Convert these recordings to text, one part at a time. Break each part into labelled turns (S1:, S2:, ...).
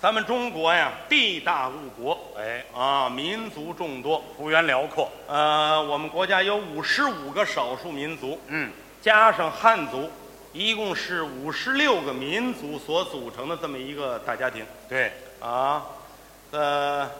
S1: 咱们中国呀，地大物博，
S2: 哎，
S1: 啊，民族众多。
S2: 幅员辽阔，
S1: 呃，我们国家有五十五个少数民族，
S2: 嗯，
S1: 加上汉族，一共是五十六个民族所组成的这么一个大家庭
S2: 对，
S1: 啊。呃，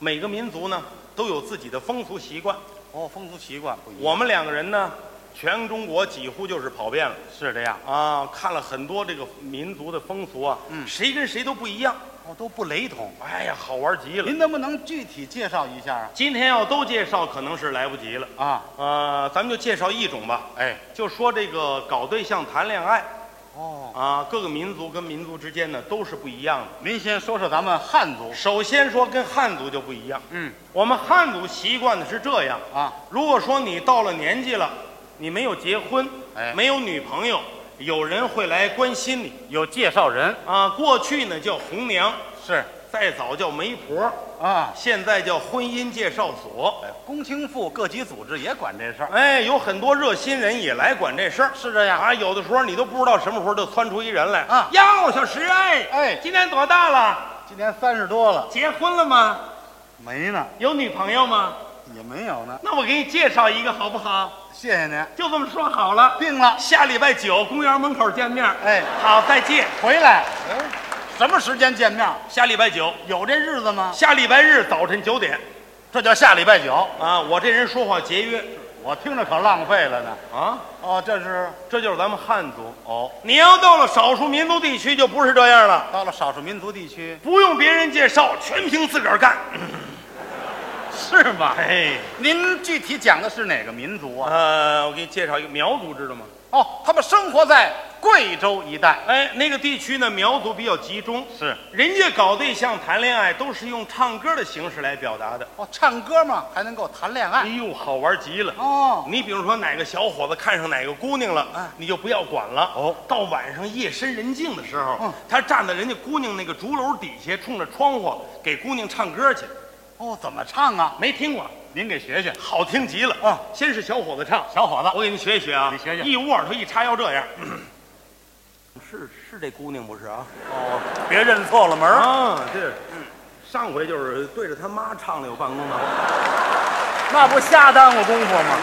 S1: 每个民族呢都有自己的风俗习惯。
S2: 哦，风俗习惯不一样，
S1: 我们两个人呢，全中国几乎就是跑遍了
S2: 是这样，
S1: 啊，看了很多这个民族的风俗啊，
S2: 嗯
S1: 谁跟谁都不一样。
S2: 哦，都不雷同。
S1: 哎呀，好玩极了！
S2: 您能不能具体介绍一下啊？
S1: 今天要都介绍，可能是来不及了。
S2: 啊，
S1: 呃，咱们就介绍一种吧，
S2: 哎，
S1: 就说这个搞对象谈恋爱
S2: 哦，
S1: 啊，各个民族跟民族之间呢都是不一样的。
S2: 您先说说咱们汉族，
S1: 首先说跟汉族就不一样，
S2: 嗯，
S1: 我们汉族习惯的是这样：
S2: 啊，
S1: 如果说你到了年纪了，你没有结婚，
S2: 哎
S1: 没有女朋友，有人会来关心你
S2: 有介绍人
S1: 啊。过去呢叫红娘，
S2: 是
S1: 再早叫媒婆，
S2: 啊，
S1: 现在叫婚姻介绍所。
S2: 哎公卿妇各级组织也管这事儿，
S1: 哎，有很多热心人也来管这事儿。
S2: 是这样，
S1: 啊，有的时候你都不知道什么时候就窜出一人来
S2: 啊
S1: 呀，我小石哎，
S2: 哎
S1: 今年多大了？
S2: 今年三十多了，
S1: 结婚了吗？
S2: 没呢，
S1: 有女朋友吗？
S2: 也没有呢，
S1: 那我给你介绍一个好不好？
S2: 谢谢您，
S1: 就这么说好了，
S2: 病了，
S1: 下礼拜九公园门口见面。
S2: 哎，
S1: 好，再见。
S2: 回来，什么时间见面？
S1: 下礼拜九，
S2: 有这日子吗？
S1: 下礼拜日早晨九点
S2: 这叫下礼拜九，
S1: 啊！我这人说话节约
S2: 我听着可浪费了呢。
S1: 啊，
S2: 哦，这是
S1: 这就是咱们汉族。
S2: 哦，
S1: 你要到了少数民族地区就不是这样了，
S2: 到了少数民族地区
S1: 不用别人介绍，全凭自个儿干。
S2: 是吗？
S1: 哎，
S2: 您具体讲的是哪个民族啊？
S1: 呃，我给你介绍一个苗族，知道吗？
S2: 哦，他们生活在贵州一带，
S1: 哎，那个地区呢，苗族比较集中，
S2: 是
S1: 人家搞对象、谈恋爱都是用唱歌的形式来表达的。
S2: 哦，唱歌嘛还能够谈恋
S1: 哎
S2: 爱
S1: 呦，好玩极了！
S2: 哦，
S1: 你比如说哪个小伙子看上哪个姑娘了，
S2: 哎
S1: 你就不要管了。
S2: 哦，
S1: 到晚上夜深人静的时候，
S2: 嗯
S1: 他站在人家姑娘那个竹楼底下，冲着窗户给姑娘唱歌去，
S2: 哦，怎么唱啊？
S1: 没听过，
S2: 您给学学，
S1: 好听极了
S2: 啊！
S1: 先是小伙子唱，
S2: 小伙
S1: 我给您学一学啊，
S2: 你学学
S1: 一捂耳朵一叉腰这样， 是是这姑娘不是啊？
S2: 哦，别认错了门儿
S1: 啊，这上回就是对着他妈唱了有办公的。
S2: 那不瞎耽误功夫吗？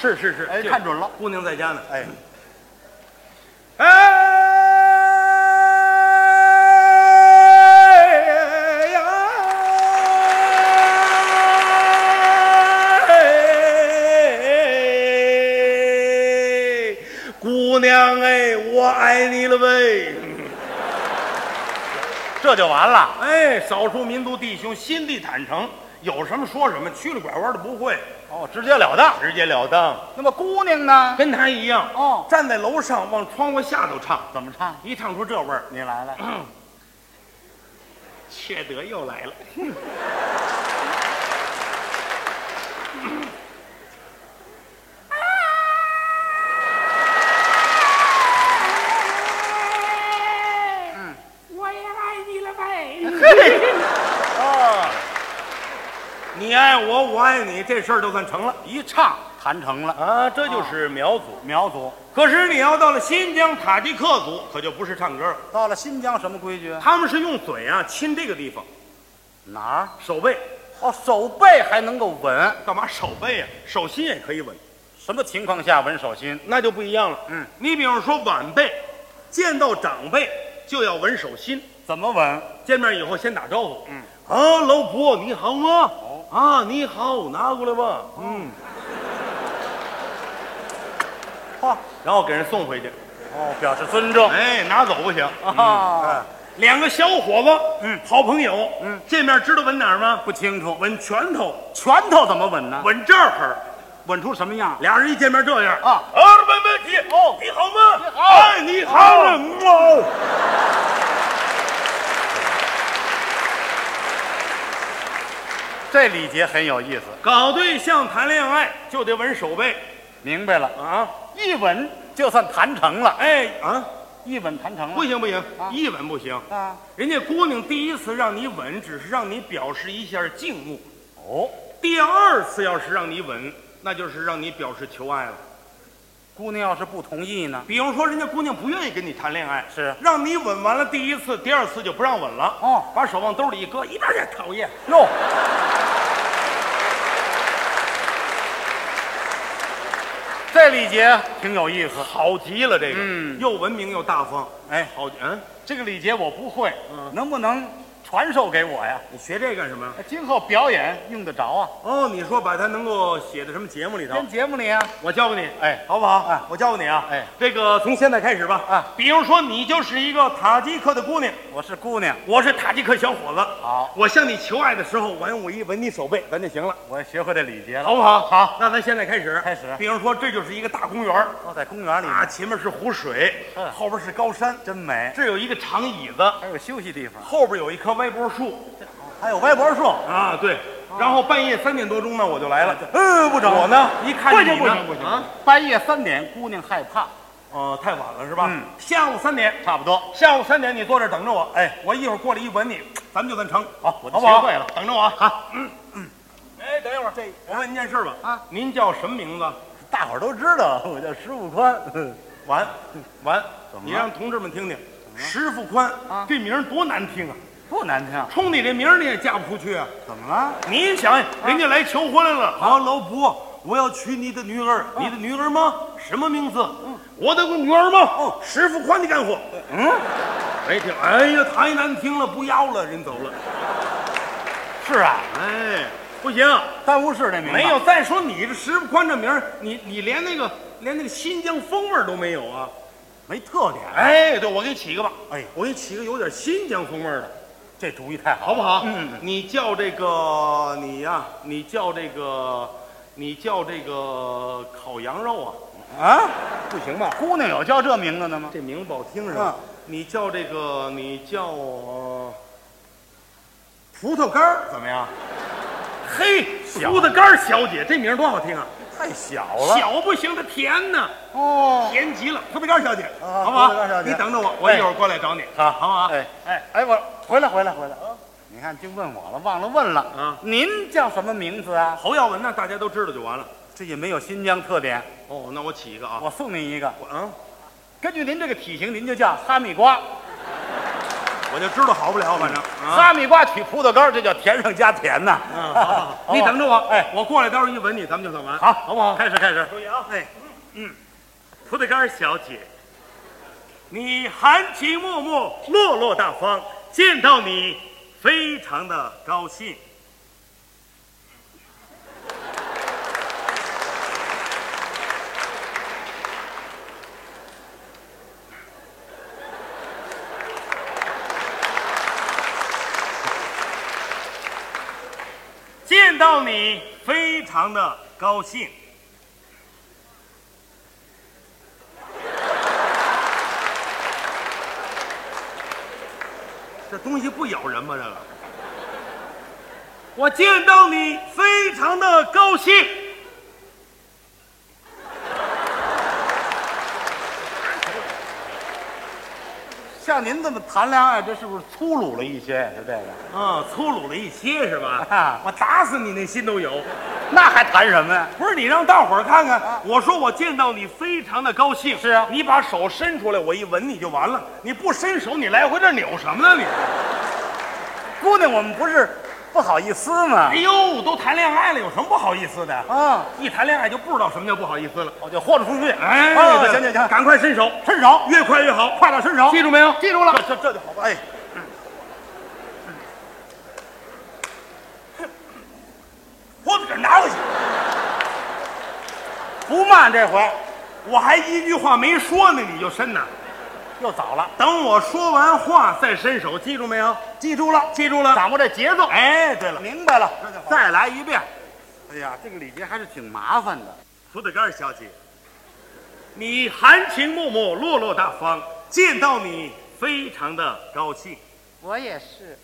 S1: 是是是，
S2: 哎，
S1: 这
S2: 看准了，
S1: 姑娘在家呢。
S2: 哎，
S1: 哎呀！哎姑娘哎，我爱你了喂！
S2: 这就完了。
S1: 哎，少数民族弟兄心地坦诚，有什么说什么，曲里拐弯的不会，
S2: 哦，直截了当。
S1: 直截了当，
S2: 那么姑娘呢？
S1: 跟他一样。
S2: 哦，
S1: 站在楼上往窗户下头唱，
S2: 怎么唱？
S1: 一唱出这味儿，
S2: 你来了，
S1: 缺德又来了。
S3: 哎嗯我也爱你了呗。
S2: 哦，
S1: 你爱我，我爱你，这事儿就算成了
S2: 一唱谈成了。
S1: 啊！这就是苗族。
S2: 苗族
S1: 可是你要到了新疆塔吉克族，可就不是唱歌了，
S2: 到了新疆什么规矩？
S1: 他们是用嘴啊亲这个地方，
S2: 哪儿？
S1: 手背
S2: 哦，手背还能够吻，
S1: 干嘛？手背啊，手心也可以吻，
S2: 什么情况下吻手心？
S1: 那就不一样了。
S2: 嗯，
S1: 你比方说晚辈，见到长辈就要吻手心，
S2: 怎么吻？
S1: 见面以后先打招呼。嗯，啊，老伯你好吗？啊，你好，拿过来吧。嗯，
S2: 嚯，
S1: 然后给人送回去。
S2: 哦，表示尊重
S1: 哎，拿走不行。
S2: 啊，
S1: 两个小伙子，嗯，好朋友，
S2: 嗯，
S1: 见面知道吻哪儿吗？
S2: 不清楚。
S1: 吻拳头，
S2: 拳头怎么吻呢？
S1: 吻这儿。
S2: 吻出什么样？
S1: 俩人一见面这样
S2: 啊
S1: 啊，没问题。
S2: 哦
S1: 你好吗？
S2: 你好
S1: 哎，你好
S2: 哦
S1: 嗯哦。
S2: 这礼节很有意思。
S1: 搞对象谈恋爱就得吻手背
S2: 明白了，
S1: 啊！
S2: 一吻就算谈成了，
S1: 哎啊，
S2: 一吻谈成
S1: 不
S2: 了。
S1: 行不行
S2: 啊，
S1: 一吻不行。
S2: 啊，
S1: 人家姑娘第一次让你吻，只是让你表示一下敬慕；
S2: 哦，
S1: 第二次要是让你吻，那就是让你表示求爱了。
S2: 姑娘要是不同意呢？
S1: 比如说，人家姑娘不愿意跟你谈恋爱，
S2: 是
S1: 让你吻完了第一次，第二次就不让吻了。
S2: 哦
S1: 把手往兜里一搁，一点也讨厌。
S2: 哟，这礼节挺有意思。
S1: 好极了，这个，
S2: 嗯
S1: 又文明又大方，
S2: 哎，
S1: 好，嗯，
S2: 这个礼节我不会，能不能传授给我呀？
S1: 你学这干什么？
S2: 今后表演用得着啊，
S1: 哦，你说把它能够写到什么节目里头？
S2: 跟节目里啊。
S1: 我教给你，
S2: 哎
S1: 好不好？
S2: 哎
S1: 我教给你啊，
S2: 哎，
S1: 这个从现在开始吧，
S2: 啊，
S1: 比如说你就是一个塔吉克的姑娘，
S2: 我是姑娘，
S1: 我是塔吉克小伙子，
S2: 好，
S1: 我向你求爱的时候，完我一吻你手背，咱就行了，
S2: 我学会这礼节了。
S1: 好不好？
S2: 好，
S1: 那咱现在开始，
S2: 开始嗯
S1: 比如说这就是一个大公园儿
S2: 我在公园里呢
S1: 啊，前面是湖水，
S2: 嗯
S1: 后边是高山，
S2: 真美，
S1: 这有一个长椅子，
S2: 还有休息地方，
S1: 后边有一棵歪脖树
S2: 还有歪脖树。
S1: 啊，对。然后半夜三点多钟呢，我就来了。
S2: 嗯，不
S1: 我呢，一看
S2: 不
S1: 见
S2: 行
S1: 你
S2: 不
S1: 呢
S2: 行不行
S1: 啊，！
S2: 半夜三点，姑娘害怕，
S1: 哦，太晚了是吧？
S2: 嗯
S1: 下午三点，
S2: 差不多。
S1: 下午三点你坐这儿等着我。
S2: 哎，
S1: 我一会儿过来一吻你，咱们就算成。
S2: 好，我
S1: 好
S2: 都
S1: 不
S2: 学
S1: 好？
S2: 会了。
S1: 等着我啊！好，嗯嗯。哎，等一会儿，
S2: 这
S1: 我问您件事吧。
S2: 啊，
S1: 您叫什么名字？
S2: 大伙儿都知道，我叫石富宽。
S1: 完，完，
S2: 嗯怎么了
S1: 你让同志们听听，石富宽
S2: 啊
S1: 这名儿多难听啊！
S2: 不难听，
S1: 冲你这名儿你也嫁不出去啊！
S2: 怎么了？
S1: 你想，
S2: 啊
S1: 人家来求婚来了，
S4: 啊，老伯，我要娶你的女儿，
S2: 啊
S4: 你的女儿吗？
S1: 什么名字？
S2: 嗯
S1: 我的女儿
S2: 哦
S1: 吗？石富宽，你干活。嗯，没听，哎呀，太难听了，不要了，人走了。
S2: 是啊，
S1: 哎，不行，
S2: 耽误事这名字
S1: 没有。再说你这石富宽这名儿，你你连那个连那个新疆风味儿都没有啊！
S2: 没特点，
S1: 哎，对，我给你起一个吧。
S2: 哎，
S1: 我给你起个有点新疆风味儿的，
S2: 这主意太好。
S1: 好不好？
S2: 嗯嗯，
S1: 你叫这个你呀、你叫这个，你叫这个烤羊肉啊，
S2: 啊，
S1: 不行吧？
S2: 姑娘有叫这名字的吗？
S1: 这名不好听是吧？嗯你叫这个，你叫、呃葡萄干儿怎么样？嘿，
S2: 小
S1: 葡萄干儿小姐，这名儿多好听啊！
S2: 太嗯小。
S1: 小不行，它甜呢，
S2: 哦，
S1: 甜极了。葡萄干儿小姐，哎
S2: 啊
S1: 好不好
S2: 葡萄干儿小？姐
S1: 你等着我，我一会儿过来找你，好，好不好？
S2: 哎哎哎，我回来回来回来。你看，就问我了，忘了问了。
S1: 啊，
S2: 您叫什么名字啊？
S1: 侯耀文呢，大家都知道就完了。
S2: 这也没有新疆特点。
S1: 哦，那我起一个啊，
S2: 我送您一个，
S1: 我啊，
S2: 根据您这个体型，您就叫哈密瓜。
S1: 我就知道好不了，反正啊。
S2: 哈密瓜取葡萄干儿，这叫甜上加甜呐。
S1: 嗯，好好 好，你等着我，哎，我过来，到时候一吻你，咱们就算完，
S2: 好
S1: 好不好？
S2: 开始开始。
S1: 注意啊，
S2: 哎，
S1: 葡萄干儿小姐，你含情脉脉，落落大方，见到你非常的高兴。见到你非常的高兴。 这东西不咬人吗？这个，我见到你非常的高兴。
S2: 像您这么谈恋爱，这是不是粗鲁了一些？就这个，
S1: 啊，粗鲁了一些是吧？
S2: 啊
S1: 我打死你那心都有。
S2: 那还谈什么呀？
S1: 不是你让大伙儿看看，我说我见到你非常的高兴。
S2: 啊是啊
S1: 你把手伸出来，我一闻你就完了。你不伸手，你来回这扭什么呢？你，
S2: 啊姑娘，我们不是不好意思吗
S1: 哎？呦，都谈恋爱了，有什么不好意思的？
S2: 啊，
S1: 一谈恋爱就不知道什么叫不好意思了。
S2: 我就豁得出去。
S1: 哎，
S2: 啊
S1: 对
S2: 行行行，
S1: 赶快伸手，
S2: 伸手，
S1: 越快越好，
S2: 快点伸手。
S1: 记住没有？
S2: 记住了，
S1: 这这就好办。
S2: 哎，
S1: 我给拿过去。
S2: 不慢这回，
S1: 我还一句话没说呢，你就伸呐。
S2: 又早了。
S1: 等我说完话再伸手，记住没有？
S2: 记住了，
S1: 记住了。
S2: 掌握这节奏。
S1: 哎，对了，
S2: 明白了
S1: 这就好，
S2: 再来一遍。哎呀，这个礼节还是挺麻烦的。
S1: 葡萄干儿小姐，你含情脉脉，落落大方，见到你非常的高兴。
S2: 我也 是。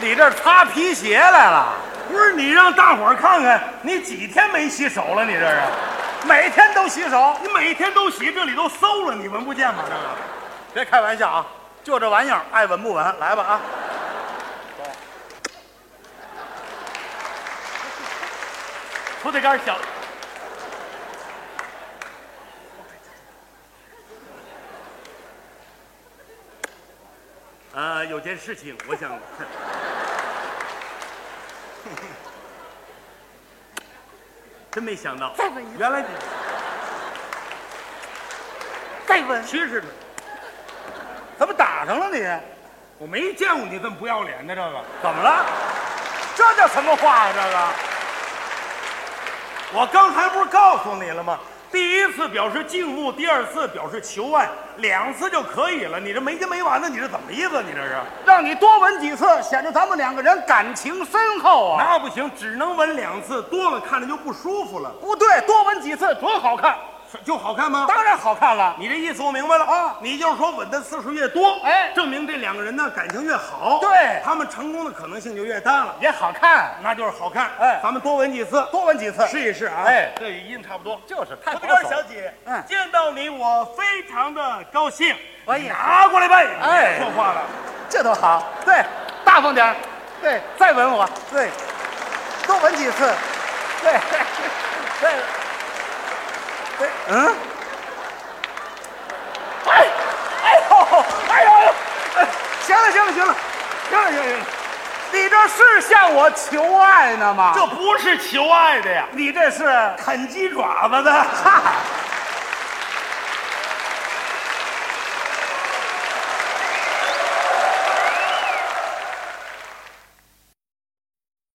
S2: 你这儿擦皮鞋来了？
S1: 不是你让大伙儿看看，你几天没洗手了？你这啊是，
S2: 每天都洗手？
S1: 你每天都洗，这里都馊了，你闻不见吗？这个
S2: 别开玩笑啊！就这玩意儿，爱稳不稳？来吧啊！
S1: 葡萄干小，呃，有件事情 我想，真没想到，
S3: 再问一
S2: 原来你
S3: 再问，
S1: 其实
S2: 怎么打上了你？
S1: 我没见过你这么不要脸的这个。
S2: 怎么了？这叫什么话呀、啊这个，我刚才不是告诉你了吗？
S1: 第一次表示敬慕，第二次表示求爱，两次就可以了。你这没完没完的，你这怎么意思？你这是？
S2: 让你多吻几次，显得咱们两个人感情深厚啊！
S1: 那不行，只能吻两次，多了看着就不舒服了。
S2: 不对，多吻几次多好看，
S1: 就好看吗？
S2: 当然好看了。
S1: 你这意思我明白了
S2: 啊
S1: 你就是说吻的次数越多，
S2: 哎
S1: 证明这两个人呢感情越好，
S2: 对
S1: 他们成功的可能性就越大了，
S2: 也好看，
S1: 那就是好看。
S2: 哎
S1: 咱们多吻几次，
S2: 多闻几次
S1: 试一试啊。
S2: 哎
S1: 这语音差不多。
S2: 就是太
S1: 葡萄干小姐，
S2: 嗯
S1: 见到你我非常的高兴。
S2: 哎呀
S1: 拿过来吧，
S2: 哎
S1: 说话了。
S2: 这多好，对，大方点儿对，再吻我，对，多吻几次，对，对，对，嗯，哎，哎呦，哎呦，哎呦，哎行了，行了，行了，行了，行了，行了，你这是向我求爱呢吗？
S1: 这不是求爱的呀，
S2: 你这是
S1: 啃鸡爪子的。
S2: 嗨，